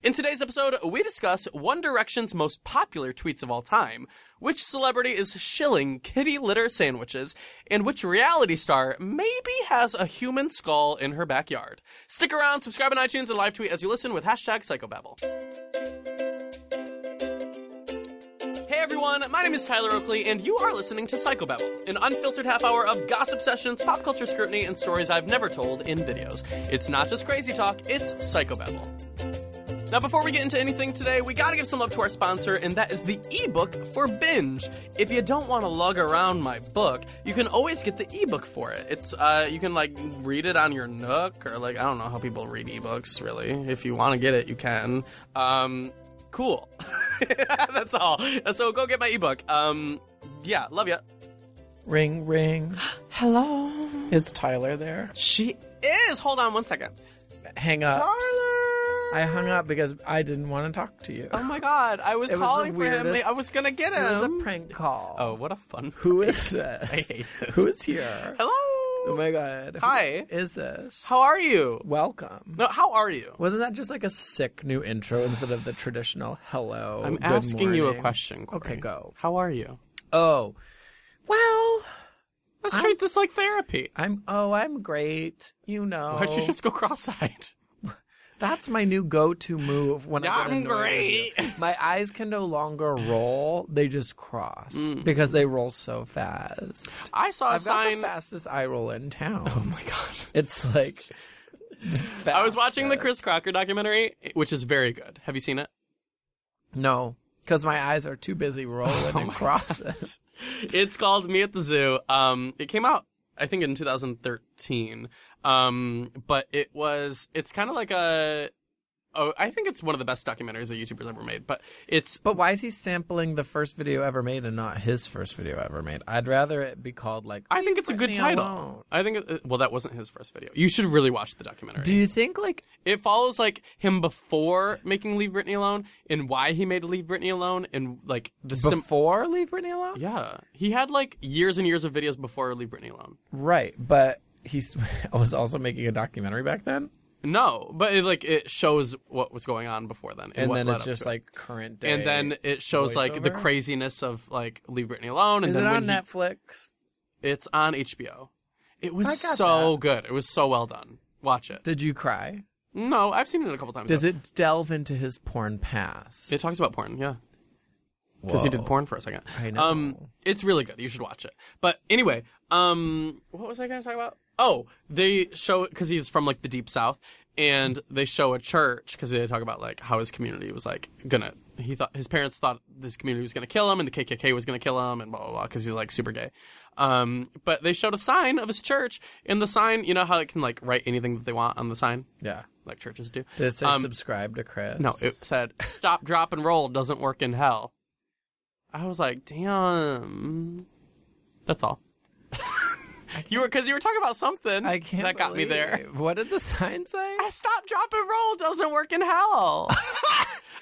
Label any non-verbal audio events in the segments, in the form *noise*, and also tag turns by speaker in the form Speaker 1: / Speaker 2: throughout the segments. Speaker 1: In today's episode, we discuss One Direction's most popular tweets of all time, which celebrity is shilling kitty litter sandwiches, and which reality star maybe has a human skull in her backyard. Stick around, subscribe on iTunes, and live tweet as you listen with hashtag Psychobabble. Hey everyone, my name is Tyler Oakley, and you are listening to Psychobabble, an unfiltered half hour of gossip sessions, pop culture scrutiny, and stories I've never told in videos. It's not just crazy talk, it's Psychobabble. Now, before we get into anything today, we gotta give some love to our sponsor, and that is the ebook for Binge. If you don't want to lug around my book, you can always get the ebook for it. It's uh, you can like read it on your Nook or like I don't know how people read ebooks really. If you want to get it, you can. Um, cool. *laughs* That's all. So go get my ebook. Um, yeah, love ya.
Speaker 2: Ring, ring.
Speaker 1: Hello.
Speaker 2: Is Tyler there?
Speaker 1: She is. Hold on one second.
Speaker 2: Hang up. I hung up because I didn't want to talk to you.
Speaker 1: Oh my god, I was
Speaker 2: It was the
Speaker 1: calling for him.
Speaker 2: weirdest-
Speaker 1: I was gonna get
Speaker 2: It
Speaker 1: him.
Speaker 2: was a prank call.
Speaker 1: Oh, what a *laughs* fun.
Speaker 2: Who is this?
Speaker 1: I hate this.
Speaker 2: Who is here?
Speaker 1: Hello.
Speaker 2: Oh my god. Who
Speaker 1: Hi.
Speaker 2: is this?
Speaker 1: How are you?
Speaker 2: Welcome.
Speaker 1: No, how are you?
Speaker 2: Wasn't that just like a sick new intro instead of the traditional hello?
Speaker 1: I'm
Speaker 2: good
Speaker 1: asking you a
Speaker 2: morning"?
Speaker 1: question. Corey.
Speaker 2: Okay, go.
Speaker 1: How are you?
Speaker 2: Oh, well,
Speaker 1: Let's treat this like therapy.
Speaker 2: I'm. Oh, I'm great. You know,
Speaker 1: Why'd you just go cross-eyed?
Speaker 2: That's my new go-to move when I get
Speaker 1: I'm
Speaker 2: annoyed
Speaker 1: great. *laughs*
Speaker 2: with you. My eyes can no longer roll; they just cross because they roll so fast.
Speaker 1: *laughs* I saw Mm. a
Speaker 2: I've got
Speaker 1: sign.
Speaker 2: the fastest eye roll in town.
Speaker 1: *laughs* oh my god.
Speaker 2: It's like
Speaker 1: I was watching the Chris Crocker documentary, which is very good. Have you seen it? *laughs*
Speaker 2: no, because my eyes are too busy
Speaker 1: Oh
Speaker 2: rolling and crossing.
Speaker 1: It's called Me at the Zoo. Um, it came out, I think, in 2013. Um, but it was, it's kind of like a, oh, I think it's one of the best documentaries that YouTubers ever made. But it's
Speaker 2: But why is he sampling the first video ever made and not his first video ever made? I'd rather it be called like.
Speaker 1: I think it's a good
Speaker 2: Britney
Speaker 1: title.
Speaker 2: alone.
Speaker 1: I think. It, well, that wasn't his first video. You should really watch the documentary.
Speaker 2: Do you think like
Speaker 1: it follows like him before making Leave Britney Alone and why he made Leave Britney Alone and like the sim-
Speaker 2: before Leave Britney Alone?
Speaker 1: yeah he had like years and years of videos before Leave Britney Alone.
Speaker 2: Right, but he *laughs* was also making a documentary back then.
Speaker 1: No, but it, like it shows what was going on before then, and,
Speaker 2: and
Speaker 1: what
Speaker 2: then
Speaker 1: led
Speaker 2: it's
Speaker 1: up
Speaker 2: just
Speaker 1: to it.
Speaker 2: like current day.
Speaker 1: and then it shows like the
Speaker 2: voiceover?
Speaker 1: craziness of like Leave Britney Alone, and
Speaker 2: is
Speaker 1: then
Speaker 2: it
Speaker 1: when
Speaker 2: on
Speaker 1: he-
Speaker 2: Netflix?
Speaker 1: it's on HBO. It was
Speaker 2: I got
Speaker 1: so good. It was so well done. Watch it.
Speaker 2: Did you cry?
Speaker 1: No, I've seen it a couple times.
Speaker 2: Does it delve into his porn past?
Speaker 1: It talks about porn, yeah. Because he did porn for a second.
Speaker 2: I know.
Speaker 1: Um, it's really good. You should watch it. But anyway, um, what was I going to talk about? Oh, they show because he's from like the deep south, and they show a church because they talk about like how his community was like gonna. He thought his parents thought this community was gonna kill him, and the KKK was gonna kill him, and blah blah blah because he's like super gay. Um, but they showed a sign of his church, and the sign, you know how it can like write anything that they want on the sign,
Speaker 2: Yeah.
Speaker 1: like churches do.
Speaker 2: Did it say
Speaker 1: Um,
Speaker 2: subscribe to Chris?
Speaker 1: No, it said stop, drop, and roll doesn't work in hell. I was like, damn. That's all. *laughs* you were because you were talking about something
Speaker 2: I can't.
Speaker 1: that got me there.
Speaker 2: believe- What did the sign say?
Speaker 1: Ah, Stop, drop, and roll doesn't work in *laughs* hell.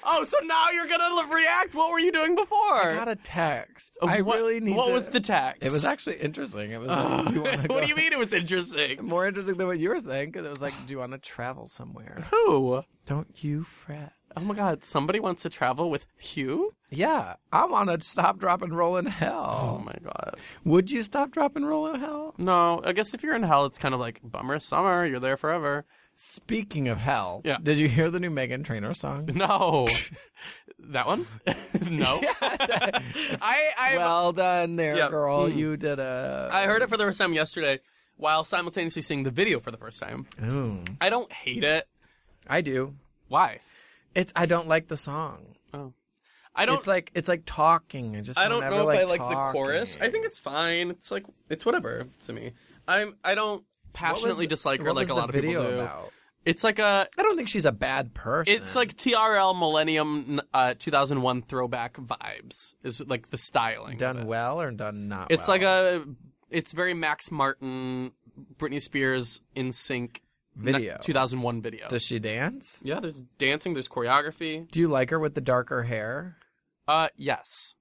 Speaker 1: oh, so now you're gonna l- react. What were you doing before?
Speaker 2: I got a text. I
Speaker 1: Uh, what,
Speaker 2: really need.
Speaker 1: What
Speaker 2: to-
Speaker 1: was the text? Uh,
Speaker 2: It was
Speaker 1: *laughs*
Speaker 2: actually interesting. It was. Like, do you want to
Speaker 1: what do you mean? It was interesting.
Speaker 2: *laughs* More interesting than what you were saying because it was like, do you want to travel somewhere?
Speaker 1: Who?
Speaker 2: Don't you fret.
Speaker 1: Oh my God! Somebody wants to travel with Hugh.
Speaker 2: Yeah, I want to stop, drop, and roll in hell.
Speaker 1: Oh my God!
Speaker 2: Would you stop, drop, and roll in hell?
Speaker 1: No, I guess if you're in hell, it's kind of like bummer summer. You're there forever.
Speaker 2: Speaking of hell,
Speaker 1: Yeah.
Speaker 2: did you hear the new Megan Trainor *laughs* song?
Speaker 1: *laughs* No. that
Speaker 2: *laughs*
Speaker 1: one? *laughs* no. I I
Speaker 2: well done there,
Speaker 1: Yeah. Hmm.
Speaker 2: girl. You did a.
Speaker 1: I heard it for the first time yesterday while simultaneously seeing the video for the first time.
Speaker 2: Ooh.
Speaker 1: I don't hate it.
Speaker 2: I do.
Speaker 1: Why?
Speaker 2: It's I don't like the song.
Speaker 1: I don't
Speaker 2: It's like it's like talking. I just
Speaker 1: I don't
Speaker 2: ever
Speaker 1: know if
Speaker 2: like
Speaker 1: I like the chorus. I
Speaker 2: talking.
Speaker 1: think it's fine. It's like it's whatever to me. I'm I don't
Speaker 2: What was
Speaker 1: passionately
Speaker 2: the-
Speaker 1: dislike her
Speaker 2: what
Speaker 1: like
Speaker 2: was
Speaker 1: a
Speaker 2: the
Speaker 1: lot of
Speaker 2: video
Speaker 1: people do.
Speaker 2: About?
Speaker 1: It's like a
Speaker 2: I don't think she's a bad person.
Speaker 1: it's like TRL Millennium uh, 2001 throwback vibes is like the styling. of it.
Speaker 2: done well or done not.
Speaker 1: It's
Speaker 2: well.
Speaker 1: like a. It's very Max Martin, Britney Spears in sync
Speaker 2: Video.
Speaker 1: 2001 video.
Speaker 2: Does she dance?
Speaker 1: yeah, there's dancing, there's choreography.
Speaker 2: Do you like her with the darker hair?
Speaker 1: Uh, yes.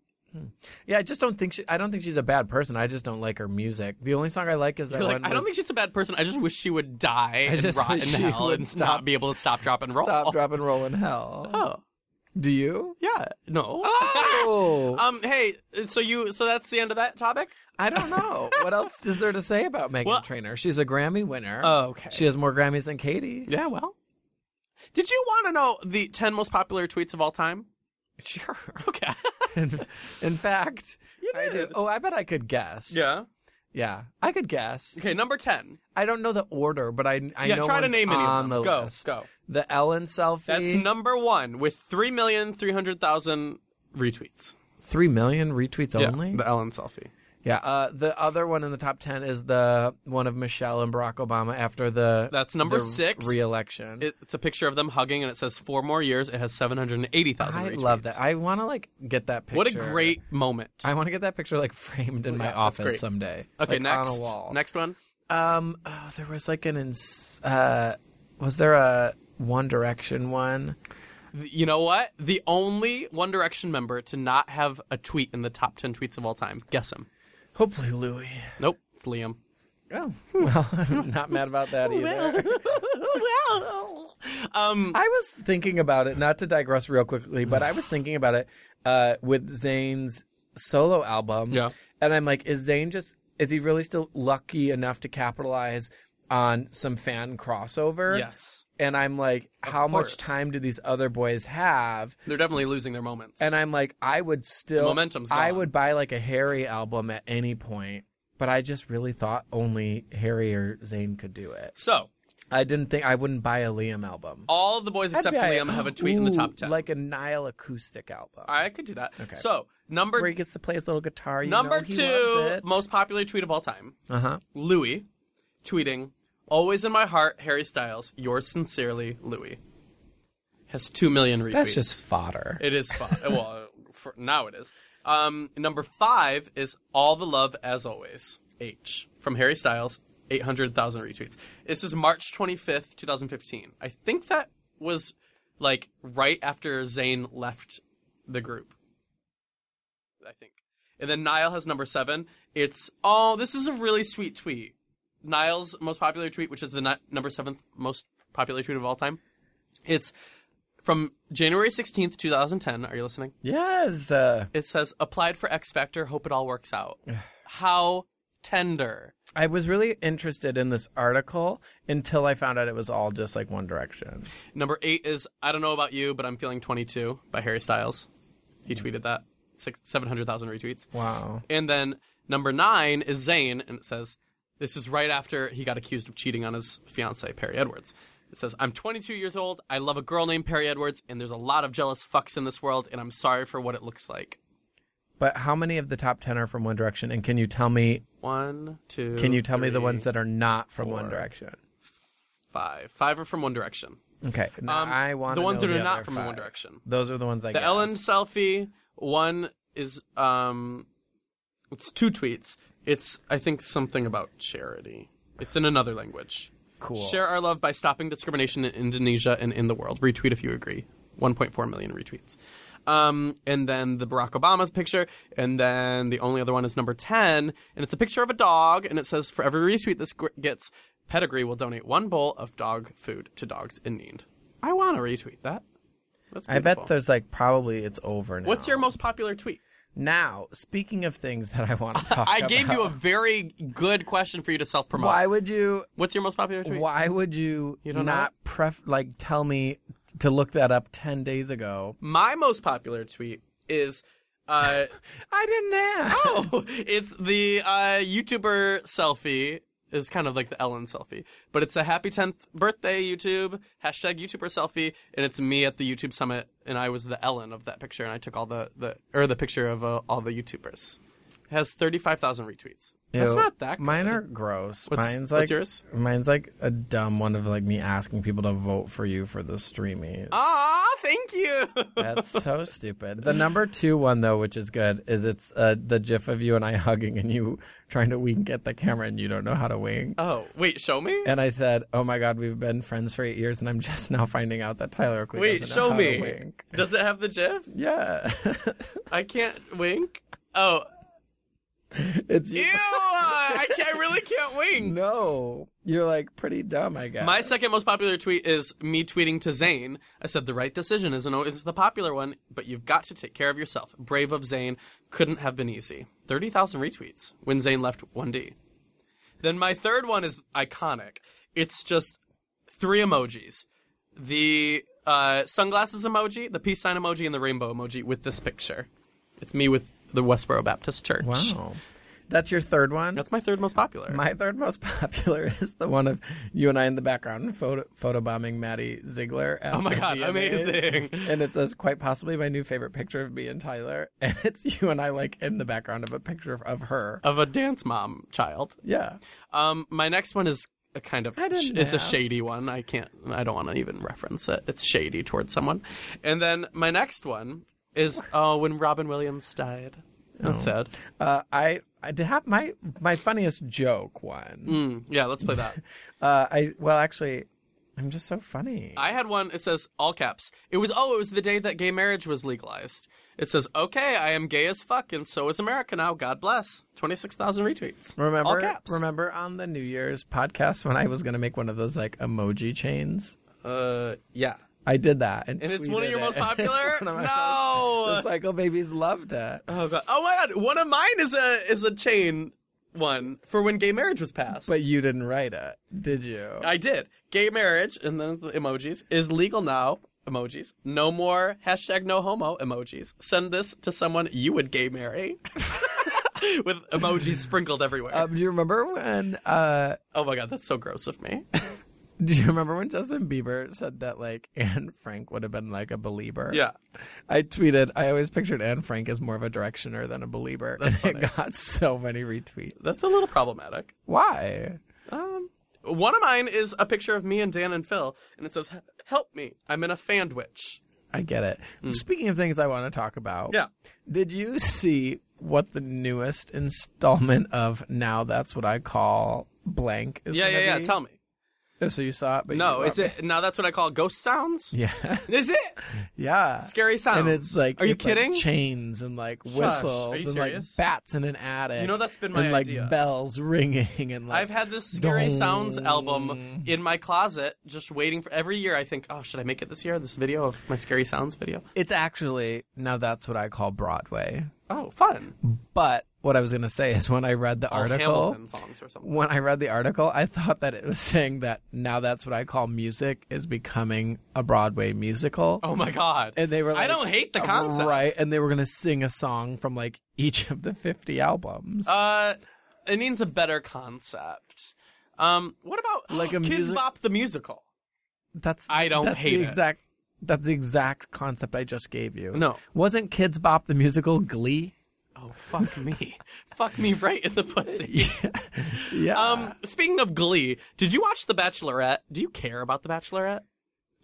Speaker 2: Yeah, I just don't think she, I don't think she's a bad person. I just don't like her music. The only song I like is that
Speaker 1: You're like,
Speaker 2: one.
Speaker 1: I don't
Speaker 2: with
Speaker 1: think she's a bad person. I just wish she would die and
Speaker 2: just
Speaker 1: rot in
Speaker 2: wish she
Speaker 1: hell
Speaker 2: would
Speaker 1: and not
Speaker 2: stop-
Speaker 1: be able to stop, drop, and roll.
Speaker 2: Stop, drop, and roll in hell.
Speaker 1: *laughs* Oh,
Speaker 2: Do
Speaker 1: *laughs*
Speaker 2: you?
Speaker 1: yeah. No.
Speaker 2: Oh,
Speaker 1: *laughs* um. Hey. So you. So that's the end of that topic.
Speaker 2: I don't know. What else is there to say about Megan
Speaker 1: Well- Oh,
Speaker 2: Trainor? She's a Grammy winner.
Speaker 1: Okay.
Speaker 2: She has more Grammys than Katie.
Speaker 1: yeah. Well. Did you want to know the ten most popular tweets of all
Speaker 2: *laughs*
Speaker 1: time?
Speaker 2: *laughs* Sure.
Speaker 1: Okay. *laughs*
Speaker 2: in, in fact, I do.
Speaker 1: did.
Speaker 2: Oh, I bet I could guess. Yeah, I could guess.
Speaker 1: Okay. Number ten.
Speaker 2: I don't know the order, but I I
Speaker 1: Yeah.
Speaker 2: know
Speaker 1: try to
Speaker 2: one's
Speaker 1: name any
Speaker 2: on
Speaker 1: of them.
Speaker 2: the
Speaker 1: go.
Speaker 2: list.
Speaker 1: Go.
Speaker 2: The Ellen selfie.
Speaker 1: That's number one with three million three hundred thousand retweets.
Speaker 2: three million retweets only.
Speaker 1: The Ellen selfie.
Speaker 2: Yeah. Uh, the other one in the top ten is the one of Michelle and Barack Obama after the
Speaker 1: That's number
Speaker 2: the
Speaker 1: six.
Speaker 2: reelection.
Speaker 1: It- It's a picture of them hugging, and it says four more years. It has seven hundred eighty thousand.
Speaker 2: I love that. I want to like get that picture.
Speaker 1: What a great moment.
Speaker 2: I want to get that picture like framed in my
Speaker 1: that's great.
Speaker 2: office someday.
Speaker 1: okay,
Speaker 2: like,
Speaker 1: next.
Speaker 2: on a wall.
Speaker 1: Next one.
Speaker 2: Um, oh, there was like an ins- uh, was there a One Direction one?
Speaker 1: Th- You know what? The only One Direction member to not have a tweet in the top 10 tweets of all time. Guess him.
Speaker 2: Hopefully, Louis.
Speaker 1: Nope, it's Liam. *laughs*
Speaker 2: Oh *laughs* well, I'm not mad about that either.
Speaker 1: well. Um,
Speaker 2: I was thinking about it, not to digress real quickly, but I was thinking about it uh, with Zayn's solo album.
Speaker 1: Yeah.
Speaker 2: And I'm like, is Zayn just, is he really still lucky enough to capitalize on some fan crossover?
Speaker 1: yes.
Speaker 2: And I'm like, how
Speaker 1: course.
Speaker 2: much time do these other boys have?
Speaker 1: They're definitely losing their moments.
Speaker 2: And I'm like, I would still,
Speaker 1: momentum's
Speaker 2: I
Speaker 1: gone.
Speaker 2: would buy like a Harry album at any point. But I just really thought only Harry or Zayn could do it.
Speaker 1: so,
Speaker 2: I didn't think I wouldn't buy a Liam album.
Speaker 1: all the boys except
Speaker 2: I'd be
Speaker 1: Liam
Speaker 2: like,
Speaker 1: have a tweet in the
Speaker 2: "Ooh,
Speaker 1: top 10.
Speaker 2: Like a Nile acoustic album.
Speaker 1: I could do that. So,
Speaker 2: where
Speaker 1: number
Speaker 2: he gets to play his little guitar. You
Speaker 1: number
Speaker 2: know he loves
Speaker 1: 2
Speaker 2: it.
Speaker 1: most popular tweet of all time.
Speaker 2: Uh-huh.
Speaker 1: Louis tweeting, "Always in my heart, Harry Styles. Yours sincerely, Louis." Has two million retweets.
Speaker 2: That's just fodder.
Speaker 1: *laughs* it is fun. well, for now it is. Um, number five is all the love as always. H from Harry Styles, eight hundred thousand retweets. This was March twenty fifth, two thousand fifteen. I think that was like right after Zayn left the group. I think. And then Niall has number seven. It's oh, this is a really sweet tweet. Niall's most popular tweet, which is the ni- number seventh most popular tweet of all time. It's from January sixteenth, two thousand ten. Are you listening?
Speaker 2: yes. Uh,
Speaker 1: It says applied for X Factor. Hope it all works
Speaker 2: *sighs*
Speaker 1: out. How tender.
Speaker 2: I was really interested in this article until I found out it was all just like One Direction.
Speaker 1: Number eight is I don't know about you, but I'm feeling twenty two by Harry Styles. He tweeted that six seven hundred thousand retweets.
Speaker 2: Mm. Wow.
Speaker 1: And then number nine is Zayn, and it says, This is right after he got accused of cheating on his fiancee, Perry Edwards. It says, I'm 22 years old, I love a girl named Perry Edwards, and there's a lot of jealous fucks in this world, and I'm sorry for what it looks like.
Speaker 2: But how many of the top ten are from One Direction? And can you tell me?
Speaker 1: One, two,
Speaker 2: Can you tell me the
Speaker 1: three,
Speaker 2: ones that are not from One Direction?
Speaker 1: five. Five are from One Direction.
Speaker 2: Okay. Now
Speaker 1: Um,
Speaker 2: I want
Speaker 1: the ones that are
Speaker 2: other
Speaker 1: not from
Speaker 2: five.
Speaker 1: One Direction.
Speaker 2: Those are the ones I
Speaker 1: The
Speaker 2: guess.
Speaker 1: Ellen selfie. One is um, it's two tweets. It's I think something about charity. It's in another language.
Speaker 2: Cool.
Speaker 1: Share our love by stopping discrimination in Indonesia and in the world. Retweet if you agree. 1.4 million retweets. Um, and then the Barack Obama's picture, and then the only other one is number 10, and it's a picture of a dog, and it says for every retweet this gr- gets, Pedigree will donate one bowl of dog food to dogs in need. I want to retweet that. That's
Speaker 2: I
Speaker 1: beautiful.
Speaker 2: bet there's like probably it's over now.
Speaker 1: What's your most popular tweet?
Speaker 2: Now, speaking of things that I want to
Speaker 1: *laughs*
Speaker 2: talk
Speaker 1: I
Speaker 2: about,
Speaker 1: gave you a very good question for you to self promote.
Speaker 2: Why would you?
Speaker 1: What's your most popular tweet?
Speaker 2: Why would you,
Speaker 1: don't know
Speaker 2: not pref like tell me to look that up ten days ago?
Speaker 1: My most popular tweet is uh,
Speaker 2: *laughs* I didn't ask.
Speaker 1: it's the uh, YouTuber selfie. It's kind of like the Ellen selfie, but it's a happy 10th birthday YouTube hashtag YouTuber selfie, and it's me at the YouTube summit, and I was the Ellen of that picture, and I took all the the or the picture of uh, all the YouTubers. It has 35,000 retweets. That's
Speaker 2: Ew.
Speaker 1: not that. Good.
Speaker 2: Mine are gross.
Speaker 1: What's-
Speaker 2: mine's like
Speaker 1: what's yours?
Speaker 2: mine's like a dumb one of like me asking people to vote for you for the streaming.
Speaker 1: Ah, thank you. *laughs*
Speaker 2: That's so stupid. The number two one though, which is good, is it's uh, the GIF of you and I hugging and you trying to wink at the camera and you don't know how to wink.
Speaker 1: oh, wait, show me.
Speaker 2: And I said, "Oh my God, we've been friends for eight years, and I'm just now finding out that Tyler Oakley
Speaker 1: Wait,
Speaker 2: doesn't
Speaker 1: show
Speaker 2: know how
Speaker 1: me.
Speaker 2: to wink."
Speaker 1: Does it have the GIF?
Speaker 2: Yeah,
Speaker 1: I can't wink. Oh,
Speaker 2: *laughs* It's you.
Speaker 1: ew! I, can't, I really can't wing.
Speaker 2: No, you're like pretty dumb, I guess.
Speaker 1: My second most popular tweet is me tweeting to Zayn. I said the right decision isn't always the popular one, but you've got to take care of yourself. Brave of Zayn couldn't have been easy. 30,000 retweets when Zayn left 1D. Then my third one is iconic. It's just three emojis. The uh, sunglasses emoji, the peace sign emoji, and the rainbow emoji with this picture. It's me with the Westboro Baptist Church.
Speaker 2: wow, that's your third one.
Speaker 1: That's my third most popular.
Speaker 2: My third most *laughs* popular is the one of you and I in the background photo photobombing Maddie Ziegler. At
Speaker 1: oh my
Speaker 2: the
Speaker 1: god,
Speaker 2: VMAs.
Speaker 1: amazing.
Speaker 2: And it says quite possibly my new favorite picture of me and Tyler, *laughs* and it's you and I like in the background of a picture of, of her.
Speaker 1: of a dance mom child.
Speaker 2: Yeah,
Speaker 1: Um, my next one is a kind of
Speaker 2: I
Speaker 1: sh-
Speaker 2: didn't
Speaker 1: it's a
Speaker 2: ask.
Speaker 1: shady one. I can't. I don't want to even reference it. It's shady towards someone. And then my next one
Speaker 2: *laughs*
Speaker 1: is oh, when Robin Williams died. That's sad.
Speaker 2: uh, I I did have my my funniest joke one.
Speaker 1: Mm, yeah, let's play that.
Speaker 2: Uh, I well actually, I'm just so funny.
Speaker 1: I had one. It says all caps. It was oh, it was the day that gay marriage was legalized. It says okay, I am gay as fuck, and so is America now. God bless. Twenty six thousand retweets.
Speaker 2: Remember,
Speaker 1: all caps.
Speaker 2: remember on the New Year's podcast when I was going to make one of those like emoji chains.
Speaker 1: uh, yeah.
Speaker 2: I did that,
Speaker 1: And it's one of
Speaker 2: tweeted
Speaker 1: your
Speaker 2: it.
Speaker 1: most
Speaker 2: *laughs* It's
Speaker 1: popular.
Speaker 2: one of my most-
Speaker 1: no.
Speaker 2: the cycle babies loved it.
Speaker 1: Oh god! Oh my god! One of mine is a is a chain one for when gay marriage was passed.
Speaker 2: But you didn't write it, did you?
Speaker 1: I did. Gay marriage and then the emojis is legal now. Emojis. No more hashtag no homo emojis. Send this to someone you would gay marry. *laughs* With emojis sprinkled everywhere.
Speaker 2: Um, do you remember when? Uh, *laughs*
Speaker 1: oh my god, that's so gross of me.
Speaker 2: do you remember when Justin Bieber said that like Anne Frank would have been like a believer?
Speaker 1: yeah.
Speaker 2: I tweeted. I always pictured Anne Frank as more of a directioner than a believer, and it got so many retweets.
Speaker 1: That's a little problematic.
Speaker 2: Why?
Speaker 1: Um, one of mine is a picture of me and Dan and Phil, and it says, Help me, I'm in a fandwich.
Speaker 2: I get it.
Speaker 1: Hmm.
Speaker 2: Speaking of things I want to talk about,
Speaker 1: Yeah.
Speaker 2: Did you see what the newest installment of Now That's What I Call Blank is?
Speaker 1: Yeah,
Speaker 2: gonna
Speaker 1: yeah, yeah.
Speaker 2: be?
Speaker 1: Tell me.
Speaker 2: Oh, so you saw it, but
Speaker 1: No,
Speaker 2: you
Speaker 1: is
Speaker 2: wrote-
Speaker 1: it now that's what I call ghost sounds?
Speaker 2: *laughs* Yeah,
Speaker 1: Is it?
Speaker 2: yeah.
Speaker 1: Scary sounds.
Speaker 2: And it's like,
Speaker 1: Are you
Speaker 2: it's like
Speaker 1: kidding?
Speaker 2: chains and like whistles
Speaker 1: you
Speaker 2: and like
Speaker 1: serious?
Speaker 2: bats in an attic.
Speaker 1: You know that's been my
Speaker 2: and, like
Speaker 1: idea.
Speaker 2: bells *laughs* ringing and like
Speaker 1: I've had this Scary
Speaker 2: Dong.
Speaker 1: Sounds album in my closet, just waiting for every year. I think, oh, should I make it this year? This video of my Scary Sounds video.
Speaker 2: it's actually now that's what I call Broadway.
Speaker 1: Oh, fun!
Speaker 2: But what I was gonna say is when I read the
Speaker 1: All
Speaker 2: article,
Speaker 1: Oh, Hamilton songs or something.
Speaker 2: when I read the article, I thought that it was *laughs* saying that now that's what I call music is becoming a Broadway musical.
Speaker 1: Oh my god!
Speaker 2: And they were like,
Speaker 1: I don't hate the concept.
Speaker 2: Right. And they were going to sing a song from like each of the 50 albums.
Speaker 1: Uh, it needs a better concept. Um, what about
Speaker 2: Like
Speaker 1: *gasps*
Speaker 2: a
Speaker 1: Kids
Speaker 2: music-
Speaker 1: Bop the musical?
Speaker 2: that's
Speaker 1: I don't
Speaker 2: that's
Speaker 1: hate
Speaker 2: the
Speaker 1: it.
Speaker 2: exact, That's the exact concept I just gave you.
Speaker 1: No.
Speaker 2: Wasn't Kids Bop the musical Glee?
Speaker 1: Oh fuck me, *laughs* fuck me right in the
Speaker 2: *laughs*
Speaker 1: pussy.
Speaker 2: Yeah.
Speaker 1: Um, speaking of Glee, did you watch The Bachelorette? Do you care about The Bachelorette?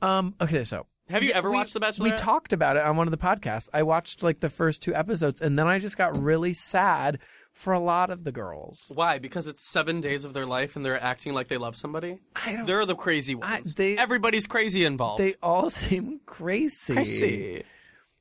Speaker 2: Um, okay, so
Speaker 1: Have you ever
Speaker 2: we-
Speaker 1: watched The Bachelorette?
Speaker 2: We talked about it on one of the podcasts. I watched like the first two episodes, and then I just got really sad for a lot of the girls.
Speaker 1: Why? Because it's seven days of their life and they're acting like they love somebody.
Speaker 2: I don't-
Speaker 1: They're the crazy ones.
Speaker 2: they-
Speaker 1: Everybody's crazy involved.
Speaker 2: They all *laughs* seem crazy.
Speaker 1: crazy.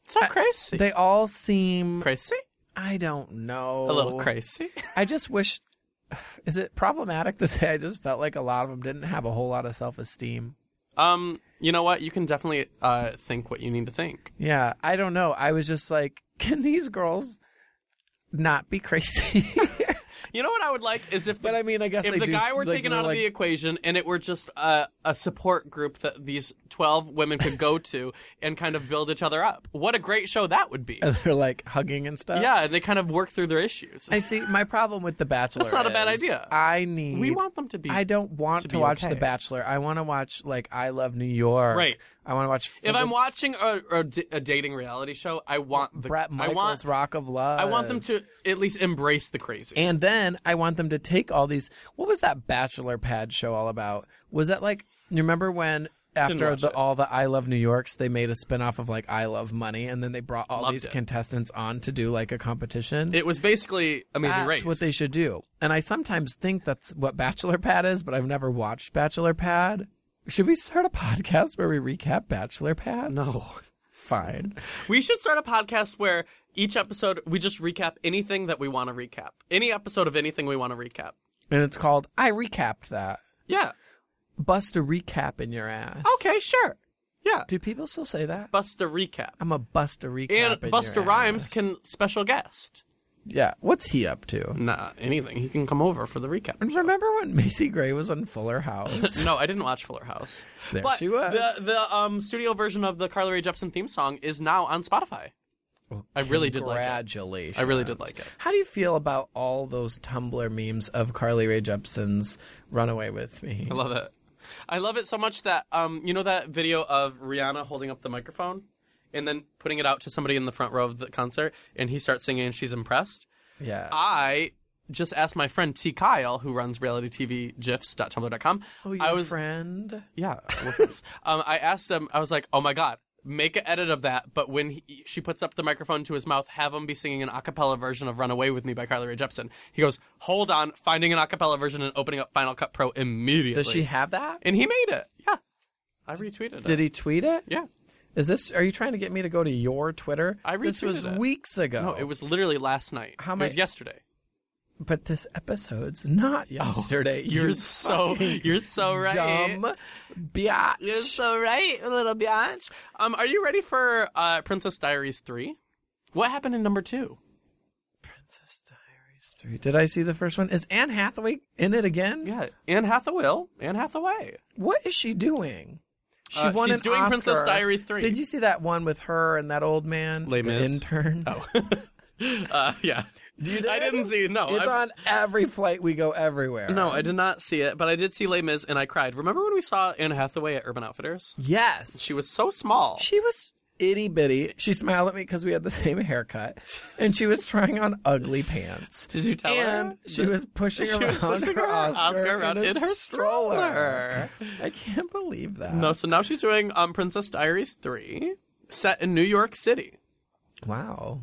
Speaker 1: It's not crazy.
Speaker 2: They all seem.
Speaker 1: crazy.
Speaker 2: I don't know.
Speaker 1: A little crazy. *laughs*
Speaker 2: I just wish. *sighs* Is it problematic to say I just felt like a lot of them didn't have a whole lot of self esteem?
Speaker 1: um, you know what? You can definitely uh, think what you need to think.
Speaker 2: Yeah, I don't know. I was just like, *laughs* can these girls not be crazy? *laughs*
Speaker 1: You know what I would like is if the,
Speaker 2: but I mean, I guess
Speaker 1: if
Speaker 2: they
Speaker 1: the
Speaker 2: do,
Speaker 1: guy were
Speaker 2: like,
Speaker 1: taken
Speaker 2: they're
Speaker 1: out of
Speaker 2: like,
Speaker 1: the equation and it were just a, a support group that these 12 women could go to and kind of build each other up. What a great show that would be.
Speaker 2: and *laughs* they're like hugging and stuff.
Speaker 1: yeah, and they kind of work through their issues.
Speaker 2: I see. My problem with The Bachelor.
Speaker 1: That's not a bad
Speaker 2: is
Speaker 1: idea.
Speaker 2: I need.
Speaker 1: we want them to be
Speaker 2: I don't want to,
Speaker 1: to be
Speaker 2: watch
Speaker 1: okay.
Speaker 2: The Bachelor. I want to watch like I Love New York.
Speaker 1: Right.
Speaker 2: I want to watch.
Speaker 1: If I'm watching a, a d- a dating reality show, I want the
Speaker 2: Brett
Speaker 1: I
Speaker 2: Michaels,
Speaker 1: want
Speaker 2: Rock of Love.
Speaker 1: I want them to at least embrace the crazy.
Speaker 2: And then I want them to take all these. What was that Bachelor Pad show all about? Was that like you remember when after
Speaker 1: watch
Speaker 2: the,
Speaker 1: it.
Speaker 2: all the I Love New Yorks they made a spinoff of like I Love Money, and then they brought all
Speaker 1: Loved
Speaker 2: these
Speaker 1: it.
Speaker 2: contestants on to do like a competition.
Speaker 1: it was basically Amazing
Speaker 2: that's
Speaker 1: Race.
Speaker 2: what they should do. And I sometimes think that's what Bachelor Pad is, but I've never watched Bachelor Pad. Should we start a podcast where we recap Bachelor Pad?
Speaker 1: no.
Speaker 2: Fine.
Speaker 1: We should start a podcast where Each episode, we just recap anything that we want to recap. Any episode of anything we want to recap.
Speaker 2: And it's called I recapped that.
Speaker 1: Yeah.
Speaker 2: Bust a recap in your ass.
Speaker 1: Okay, sure. Yeah.
Speaker 2: Do people still say that?
Speaker 1: Bust a recap.
Speaker 2: I'm a bust a recap.
Speaker 1: And
Speaker 2: in
Speaker 1: Busta
Speaker 2: your
Speaker 1: Rhymes
Speaker 2: ass.
Speaker 1: can special guest.
Speaker 2: Yeah. What's he up to?
Speaker 1: Nah, anything. He can come over for the recap. *laughs*
Speaker 2: Remember when Macy Gray was on Fuller House?
Speaker 1: No, I didn't watch Fuller House.
Speaker 2: there
Speaker 1: But
Speaker 2: she was.
Speaker 1: the the um, studio version of the Carly Rae Jepsen theme song is now on Spotify. I really did like it.
Speaker 2: Congratulations.
Speaker 1: I really did like it.
Speaker 2: How do you feel about all those Tumblr memes of Carly Rae Jepsen's "Runaway with Me"?
Speaker 1: I love it. I love it so much that um, you know that video of Rihanna holding up the microphone and then putting it out to somebody in the front row of the concert, and he starts singing, and she's impressed.
Speaker 2: Yeah.
Speaker 1: I just asked my friend T Kyle, who runs realitytvgifs.tumblr.com.
Speaker 2: oh, your
Speaker 1: I was
Speaker 2: friend.
Speaker 1: yeah. we're friends. *laughs* um, I asked him. I was like, oh my god. Make an edit of that, but when he, she puts up the microphone to his mouth, have him be singing an a cappella version of Runaway with Me by Carly Rae Jepsen. He goes, Hold on, finding an a cappella version and opening up Final Cut Pro immediately.
Speaker 2: Does she have that?
Speaker 1: And he made it. Yeah. I retweeted it.
Speaker 2: Did he tweet it?
Speaker 1: Yeah.
Speaker 2: Is this? Are you trying to get me to go to your Twitter?
Speaker 1: I
Speaker 2: This was
Speaker 1: retweeted it.
Speaker 2: weeks ago.
Speaker 1: No, Oh, it was literally last night.
Speaker 2: How
Speaker 1: it was
Speaker 2: many-
Speaker 1: yesterday.
Speaker 2: But this episode's not yesterday.
Speaker 1: Oh, You're so you're so right.
Speaker 2: dumb, biatch.
Speaker 1: You're so right, little biatch. Um, are you ready for uh, Princess Diaries three? What happened in number two?
Speaker 2: Princess Diaries three. Did I see the first one? Is Anne Hathaway in it again?
Speaker 1: Yeah, Anne Hathaway. Anne Hathaway.
Speaker 2: What is she doing? She
Speaker 1: Uh,
Speaker 2: won
Speaker 1: she's
Speaker 2: an
Speaker 1: doing
Speaker 2: Oscar.
Speaker 1: Princess Diaries 3.
Speaker 2: Did you see that one with her and that old man,
Speaker 1: Les
Speaker 2: the
Speaker 1: Mis.
Speaker 2: intern?
Speaker 1: Oh, uh, yeah.
Speaker 2: *laughs* You
Speaker 1: *laughs* I
Speaker 2: did?
Speaker 1: didn't see. No,
Speaker 2: It's
Speaker 1: I,
Speaker 2: on every flight we go everywhere.
Speaker 1: no, I did not see it, but I did see Les Mis, and I cried. Remember when we saw Anne Hathaway at Urban Outfitters?
Speaker 2: Yes,
Speaker 1: She was so small.
Speaker 2: She was itty bitty. She smiled at me because we had the same
Speaker 1: *laughs*
Speaker 2: haircut, and she was trying on ugly pants.
Speaker 1: Did you tell
Speaker 2: and
Speaker 1: her?
Speaker 2: she was pushing
Speaker 1: She
Speaker 2: around
Speaker 1: was pushing
Speaker 2: her
Speaker 1: around
Speaker 2: Oscar,
Speaker 1: Oscar around
Speaker 2: in, a
Speaker 1: in her
Speaker 2: stroller. I can't believe that.
Speaker 1: No, so now she's doing um, Princess Diaries 3, set in New York City.
Speaker 2: Wow.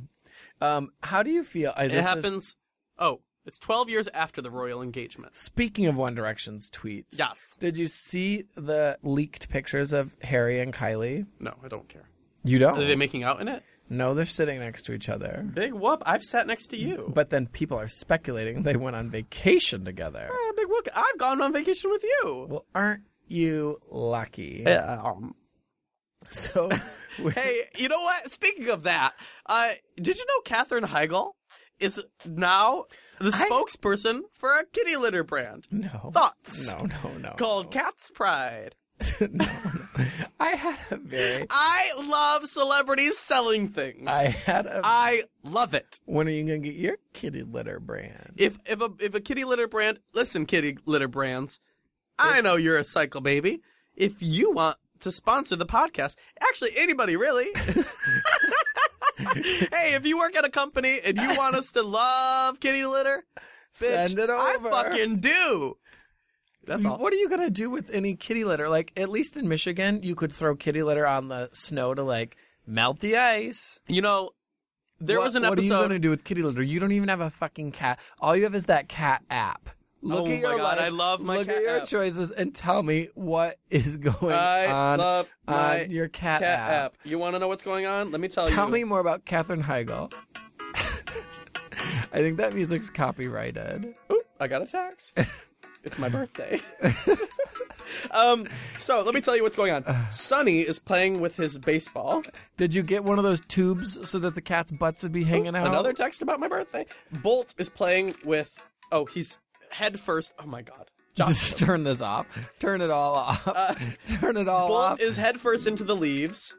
Speaker 2: Um, how do you feel? I,
Speaker 1: It
Speaker 2: this is-
Speaker 1: happens. Oh, it's 12 years after the royal engagement.
Speaker 2: Speaking of One Direction's tweets,
Speaker 1: Yes.
Speaker 2: Did you see the leaked pictures of Harry and Kylie?
Speaker 1: No, I don't care.
Speaker 2: You
Speaker 1: Are they
Speaker 2: don't.
Speaker 1: making out in it?
Speaker 2: No, they're sitting next to each other.
Speaker 1: Big whoop. I've sat next to you.
Speaker 2: But then people are speculating they went on vacation together.
Speaker 1: Ah, big whoop. I've gone on vacation with you.
Speaker 2: Well, aren't you lucky?
Speaker 1: Uh, um,
Speaker 2: So,
Speaker 1: *laughs*
Speaker 2: we-
Speaker 1: hey, you know what? Speaking of that, uh, did you know Katherine Heigl is now the spokesperson for a kitty litter brand
Speaker 2: no.
Speaker 1: Thoughts?
Speaker 2: No, no, no. *laughs*
Speaker 1: called Cat's Pride?
Speaker 2: I had a very.
Speaker 1: I love celebrities selling things.
Speaker 2: I had a.
Speaker 1: I love it.
Speaker 2: when are you going to get your kitty litter brand?
Speaker 1: if if a if a kitty litter brand listen kitty litter brands i know you're a cycle baby if you want to sponsor the podcast actually anybody really *laughs* hey if you work at a company and you want us to love kitty litter bitch,
Speaker 2: Send it over.
Speaker 1: i fucking do that's all
Speaker 2: Mm, What are you going to do with any kitty litter? Like, at least in Michigan, you could throw kitty litter on the snow to, like, melt the ice.
Speaker 1: you know there
Speaker 2: What-
Speaker 1: was an
Speaker 2: What are you
Speaker 1: episode
Speaker 2: going to do with kitty litter? You don't even have a fucking cat. All you have is that cat app. Look
Speaker 1: Oh
Speaker 2: at
Speaker 1: my
Speaker 2: your
Speaker 1: God,
Speaker 2: life,
Speaker 1: I love my
Speaker 2: Look
Speaker 1: cat
Speaker 2: at your
Speaker 1: app.
Speaker 2: choices and tell me what is going
Speaker 1: I
Speaker 2: on
Speaker 1: love my
Speaker 2: on your cat,
Speaker 1: cat app you want to know what's going on let me tell,
Speaker 2: Tell
Speaker 1: you
Speaker 2: me more about Katherine Heigl. *laughs* I think that music's copyrighted.
Speaker 1: Ooh, I got a
Speaker 2: *laughs*
Speaker 1: text. it's my birthday. *laughs* um, so let me tell you what's going on. Sonny is playing with his baseball.
Speaker 2: Did you get one of those tubes so that the cat's butts would be hanging out?
Speaker 1: Another text about my birthday. Bolt is playing with. Oh, he's head first. Oh my god. Josh.
Speaker 2: Just *laughs* turn this off. Turn it all off.
Speaker 1: Uh,
Speaker 2: *laughs* turn it all off.
Speaker 1: Bolt is head first into the leaves.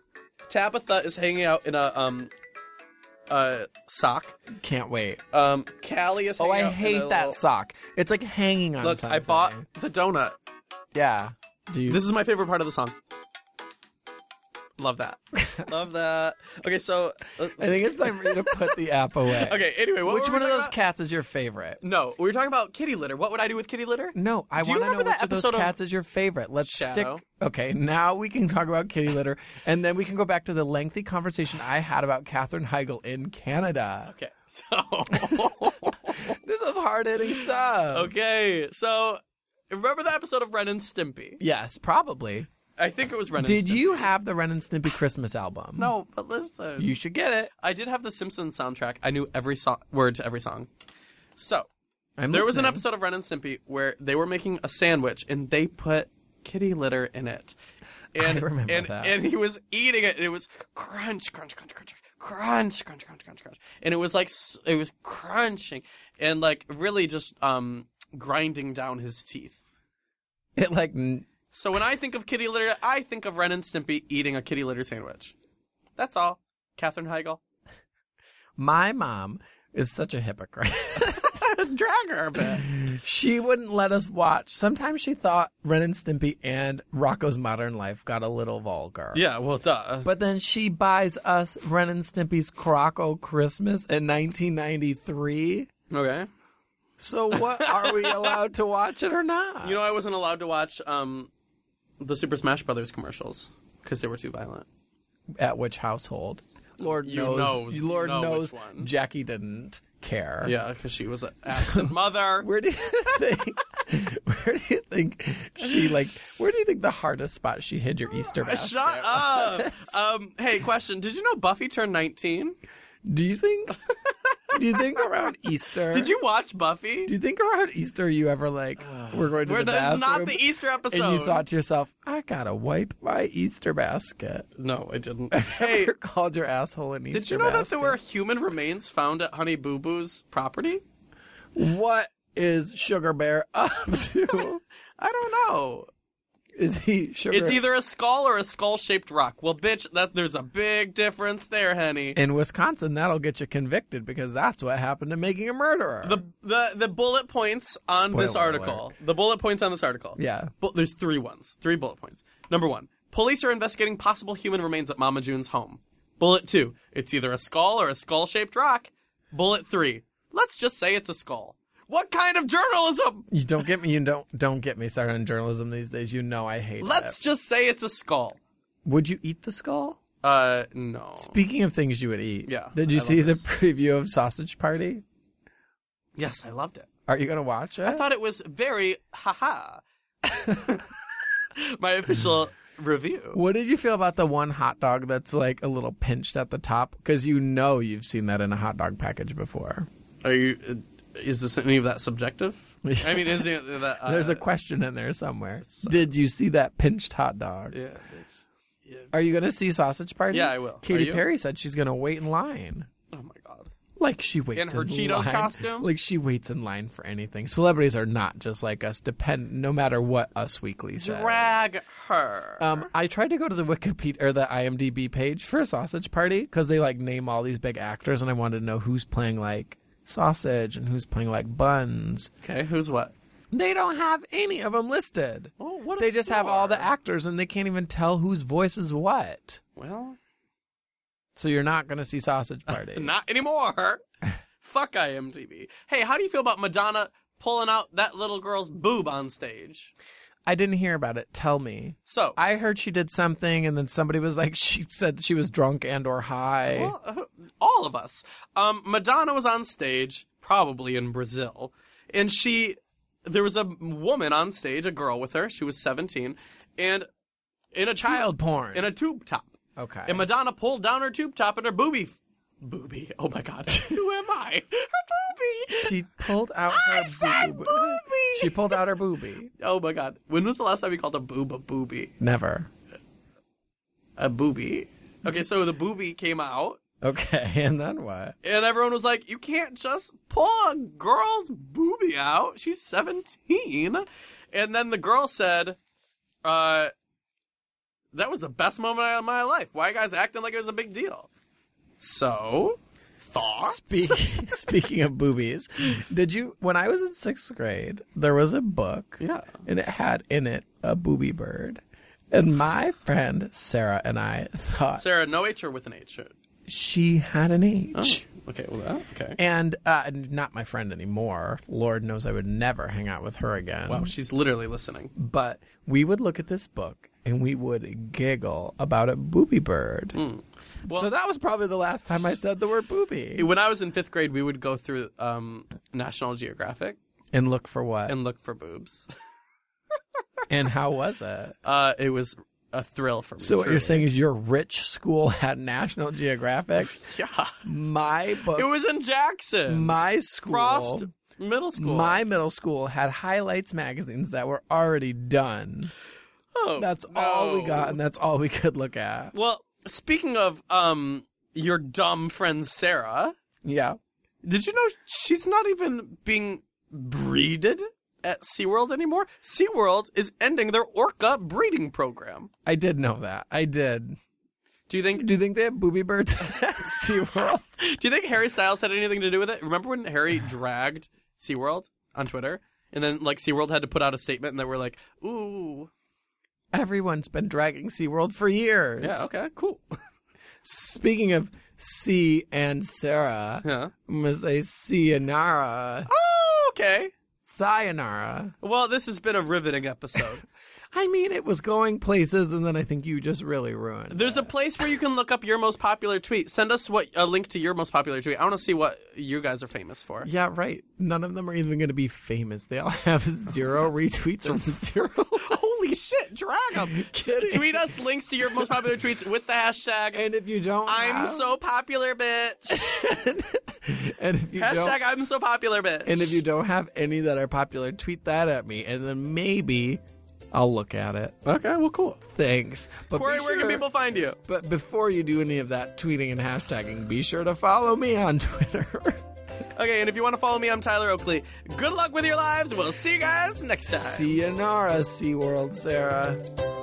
Speaker 1: Tabitha is hanging out in a um, a sock.
Speaker 2: Can't wait.
Speaker 1: Um, Callie is.
Speaker 2: Oh,
Speaker 1: hanging
Speaker 2: I
Speaker 1: out in
Speaker 2: hate
Speaker 1: a
Speaker 2: that
Speaker 1: little-
Speaker 2: sock. It's like hanging on
Speaker 1: Look,
Speaker 2: something.
Speaker 1: I bought the donut.
Speaker 2: Yeah. Do you?
Speaker 1: This is my favorite part of the song. Love
Speaker 2: *laughs*
Speaker 1: that. Love that. Okay, so uh,
Speaker 2: I think it's time for you to put
Speaker 1: *laughs*
Speaker 2: the app away.
Speaker 1: Okay. Anyway, what
Speaker 2: Which
Speaker 1: were we
Speaker 2: one of
Speaker 1: talking
Speaker 2: those
Speaker 1: about?
Speaker 2: cats is your favorite?
Speaker 1: no, we were talking about kitty litter. What would I do with kitty litter?
Speaker 2: No, I
Speaker 1: Do you
Speaker 2: want to know
Speaker 1: remember that
Speaker 2: which of those
Speaker 1: episode of
Speaker 2: cats is your favorite. Let's
Speaker 1: Shadow?
Speaker 2: stick. Okay, now we can talk about kitty litter, and then we can go back to the lengthy conversation I had about Katherine Heigl in Canada.
Speaker 1: Okay. So. *laughs*
Speaker 2: This is hard hitting stuff.
Speaker 1: okay. So. Remember the episode of Ren and Stimpy?
Speaker 2: Yes, probably.
Speaker 1: I think it was Ren. and
Speaker 2: Did
Speaker 1: Stimpy.
Speaker 2: you have the Ren and Snippy Christmas album?
Speaker 1: No, but listen.
Speaker 2: You should get it.
Speaker 1: I did have the Simpsons soundtrack. I knew every song, word to every song. So
Speaker 2: I'm
Speaker 1: there was an
Speaker 2: listening.
Speaker 1: episode of Ren and Stimpy where they were making a sandwich and they put kitty litter in it. And,
Speaker 2: remember
Speaker 1: and,
Speaker 2: that.
Speaker 1: and he was eating it and it was crunch, crunch, crunch, crunch, crunch, crunch, crunch, crunch, crunch. And it was like, s- it was crunching and like really just, um, grinding down his teeth.
Speaker 2: It *laughs* like n-
Speaker 1: So when I think of kitty litter, I think of Ren and Stimpy eating a kitty litter sandwich. That's all. Katherine Heigl.
Speaker 2: my mom is such a hypocrite.
Speaker 1: *laughs*
Speaker 2: *laughs*
Speaker 1: Drag her a bit.
Speaker 2: she wouldn't let us watch. Sometimes she thought Ren and Stimpy and Rocco's Modern Life got a little vulgar.
Speaker 1: Yeah, well, duh.
Speaker 2: But then she buys us Ren and Stimpy's Croco Christmas in 1993.
Speaker 1: Okay.
Speaker 2: So
Speaker 1: *laughs*
Speaker 2: what are we allowed to watch it or not?
Speaker 1: You know, I wasn't allowed to watch um, the Super Smash Brothers commercials because they were too violent.
Speaker 2: at which household? Lord
Speaker 1: You
Speaker 2: knows.
Speaker 1: knows- you
Speaker 2: Lord
Speaker 1: know
Speaker 2: knows.
Speaker 1: which one.
Speaker 2: Jackie didn't care.
Speaker 1: Yeah, because she
Speaker 2: *laughs*
Speaker 1: was an absent mother.
Speaker 2: Where do you *laughs* think? where do you think she like? Where do you think the hardest spot she hid your Easter basket?
Speaker 1: Shut
Speaker 2: *laughs*
Speaker 1: up. um, hey, question. Did you know Buffy turned 19?
Speaker 2: Do you think? Do you
Speaker 1: *laughs*
Speaker 2: think around Easter?
Speaker 1: Did you watch Buffy?
Speaker 2: Do you think around Easter you ever like? We're going to
Speaker 1: Where
Speaker 2: the
Speaker 1: that's
Speaker 2: bathroom.
Speaker 1: not the Easter episode.
Speaker 2: and you thought to yourself, I gotta wipe my Easter basket. *laughs*
Speaker 1: no, I didn't. *laughs* Hey,
Speaker 2: Or called your asshole an Easter
Speaker 1: did you know that
Speaker 2: basket.
Speaker 1: there were human remains found at Honey Boo Boo's property?
Speaker 2: What is Sugar Bear
Speaker 1: *laughs*
Speaker 2: up to?
Speaker 1: I don't know.
Speaker 2: is he sugar?
Speaker 1: It's either a skull or a skull-shaped rock. Well, bitch, that there's a big difference there, Henny.
Speaker 2: in Wisconsin, that'll get you convicted because that's what happened to making a murderer.
Speaker 1: the the the bullet points on this
Speaker 2: Spoiler
Speaker 1: article. The bullet points on this article.
Speaker 2: yeah.
Speaker 1: Bu- there's three ones. Three bullet points. Number one, police are investigating possible human remains at Mama June's home. Bullet two, it's either a skull or a skull-shaped rock. Bullet three, let's just say it's a skull. What kind of journalism?
Speaker 2: You don't get me. You don't don't get me started on journalism these days. You know I hate
Speaker 1: Let's
Speaker 2: it.
Speaker 1: just say it's a skull.
Speaker 2: Would you eat the skull?
Speaker 1: Uh, no.
Speaker 2: Speaking of things you would eat,
Speaker 1: Yeah,
Speaker 2: Did you
Speaker 1: I love
Speaker 2: see
Speaker 1: this.
Speaker 2: the preview of Sausage Party?
Speaker 1: Yes, I loved it.
Speaker 2: Are you gonna watch it?
Speaker 1: I thought it was very haha. *laughs* My official review.
Speaker 2: what did you feel about the one hot dog that's like a little pinched at the top? Because you know you've seen that in a hot dog package before.
Speaker 1: Are you? uh, Is this any of that
Speaker 2: *laughs*
Speaker 1: subjective? I mean, is it that? Uh,
Speaker 2: There's a question in there somewhere. Did you see that pinched hot dog?
Speaker 1: Yeah.
Speaker 2: Are you gonna see Sausage Party?
Speaker 1: Yeah, I will. Are
Speaker 2: Katy
Speaker 1: you?
Speaker 2: Perry said she's gonna wait in line.
Speaker 1: Oh my god.
Speaker 2: Like she waits
Speaker 1: In her Cheetos
Speaker 2: line.
Speaker 1: costume?
Speaker 2: Like she waits in line for anything. Celebrities are not just like us. Depend no matter what Us Weekly says.
Speaker 1: Drag her.
Speaker 2: Um, I tried to go to the Wikipedia or the IMDb page for Sausage Party because they like name all these big actors, and I wanted to know who's playing like sausage and who's playing like buns.
Speaker 1: okay, who's what?
Speaker 2: They don't have any of them listed.
Speaker 1: Oh, what a
Speaker 2: they just have all the
Speaker 1: snore.
Speaker 2: actors, and they can't even tell whose voice is what.
Speaker 1: Well,
Speaker 2: So you're not going to
Speaker 1: *laughs*
Speaker 2: see Sausage Party.
Speaker 1: not
Speaker 2: *laughs*
Speaker 1: anymore. Fuck IMDb. Hey, how do you feel about Madonna pulling out that little girl's boob on stage?
Speaker 2: I didn't hear about it. Tell me.
Speaker 1: So,
Speaker 2: I heard she did something, and then somebody was like, *laughs* she said she was drunk and or high.
Speaker 1: Well, uh, all of us. Um, Madonna was on stage, probably in Brazil, and she, there was a woman on stage, a girl with her. She was 17, and in a
Speaker 2: Child porn.
Speaker 1: in a tube top.
Speaker 2: okay.
Speaker 1: And Madonna pulled down her tube top and her boobie, boobie. Oh my
Speaker 2: *laughs*
Speaker 1: God, who am I? Her boobie.
Speaker 2: she pulled out her
Speaker 1: I said
Speaker 2: boob.
Speaker 1: boobie.
Speaker 2: She pulled out her boobie.
Speaker 1: Oh my God. When was the last time you called a boob a boobie?
Speaker 2: Never.
Speaker 1: A boobie. Okay, so the boobie came out.
Speaker 2: Okay, *laughs* and then what?
Speaker 1: And everyone was like, you can't just pull a girl's boobie out. She's 17. And then the girl said, uh, that was the best moment of my life. Why are you guys acting like it was a big deal? So, thoughts?
Speaker 2: Speak, *laughs* speaking of boobies, did you? When I was in sixth grade, there was a book,
Speaker 1: Yeah.
Speaker 2: and it had in it a booby bird. And my friend Sarah and I thought
Speaker 1: Sarah, no H or with an H?
Speaker 2: she had an H.
Speaker 1: Okay, well, that, okay.
Speaker 2: And uh, not my friend anymore. Lord knows I would never hang out with her again.
Speaker 1: Wow, Oh, she's literally listening.
Speaker 2: But we would look at this book and we would giggle about a booby bird. so that was probably the last time I said the word booby.
Speaker 1: When I was in fifth grade, we would go through um, National Geographic
Speaker 2: And look for what?
Speaker 1: and look for boobs.
Speaker 2: and how was it?
Speaker 1: *laughs* Uh, it was a thrill for me.
Speaker 2: So what
Speaker 1: truly.
Speaker 2: you're saying is your rich school *laughs* had National Geographic.
Speaker 1: Yeah.
Speaker 2: My
Speaker 1: *laughs*
Speaker 2: but
Speaker 1: It was in Jackson.
Speaker 2: my school,
Speaker 1: Frost Middle School.
Speaker 2: my middle school had highlights magazines that were already done.
Speaker 1: Oh,
Speaker 2: That's all we
Speaker 1: no.
Speaker 2: got, and that's all we could look at.
Speaker 1: Well, speaking of um your dumb friend Sarah,
Speaker 2: Yeah.
Speaker 1: did you know she's not even being breeded at SeaWorld anymore? SeaWorld is ending their orca breeding program.
Speaker 2: I did know that. I did.
Speaker 1: Do you think
Speaker 2: Do you think they have booby birds *laughs* at SeaWorld?
Speaker 1: do you think Harry Styles had anything to do with it? Remember when Harry dragged SeaWorld on Twitter? And then like SeaWorld had to put out a statement and they were like, ooh.
Speaker 2: Everyone's been dragging SeaWorld for years.
Speaker 1: Yeah, okay, cool.
Speaker 2: Speaking of C and Sarah,
Speaker 1: Yeah.
Speaker 2: I'm going to say sayonara.
Speaker 1: Oh, okay.
Speaker 2: Sayonara.
Speaker 1: Well, this has been a riveting
Speaker 2: *laughs*
Speaker 1: episode.
Speaker 2: I mean, it was going places, and then I think you just really ruined.
Speaker 1: There's a place where you can look up your most popular tweet. Send us what a link to your most popular tweet. I want to see what you guys are famous
Speaker 2: *laughs*
Speaker 1: for.
Speaker 2: Yeah, right. None of them are even going to be famous. They all have
Speaker 1: *laughs*
Speaker 2: zero retweets and zero.
Speaker 1: Holy shit, drag 'em.
Speaker 2: *laughs* Kidding.
Speaker 1: Tweet us links to your most popular tweets with the hashtag
Speaker 2: And if you don't,
Speaker 1: I'm
Speaker 2: have-
Speaker 1: so popular
Speaker 2: *laughs*
Speaker 1: bitch.
Speaker 2: And if you
Speaker 1: hashtag
Speaker 2: don't,
Speaker 1: I'm so popular bitch.
Speaker 2: and if you don't have any that are popular, tweet that at me, and then maybe I'll look at it.
Speaker 1: Okay, well cool.
Speaker 2: Thanks. But be
Speaker 1: Corey, where can
Speaker 2: sure-
Speaker 1: people find you?
Speaker 2: But before you do any of that tweeting and hashtagging, be sure to follow me on *laughs* Twitter.
Speaker 1: Okay, and if you want to follow me, I'm Tyler Oakley. Good luck with your lives. We'll see you guys next time.
Speaker 2: Sayonara, SeaWorld Sarah.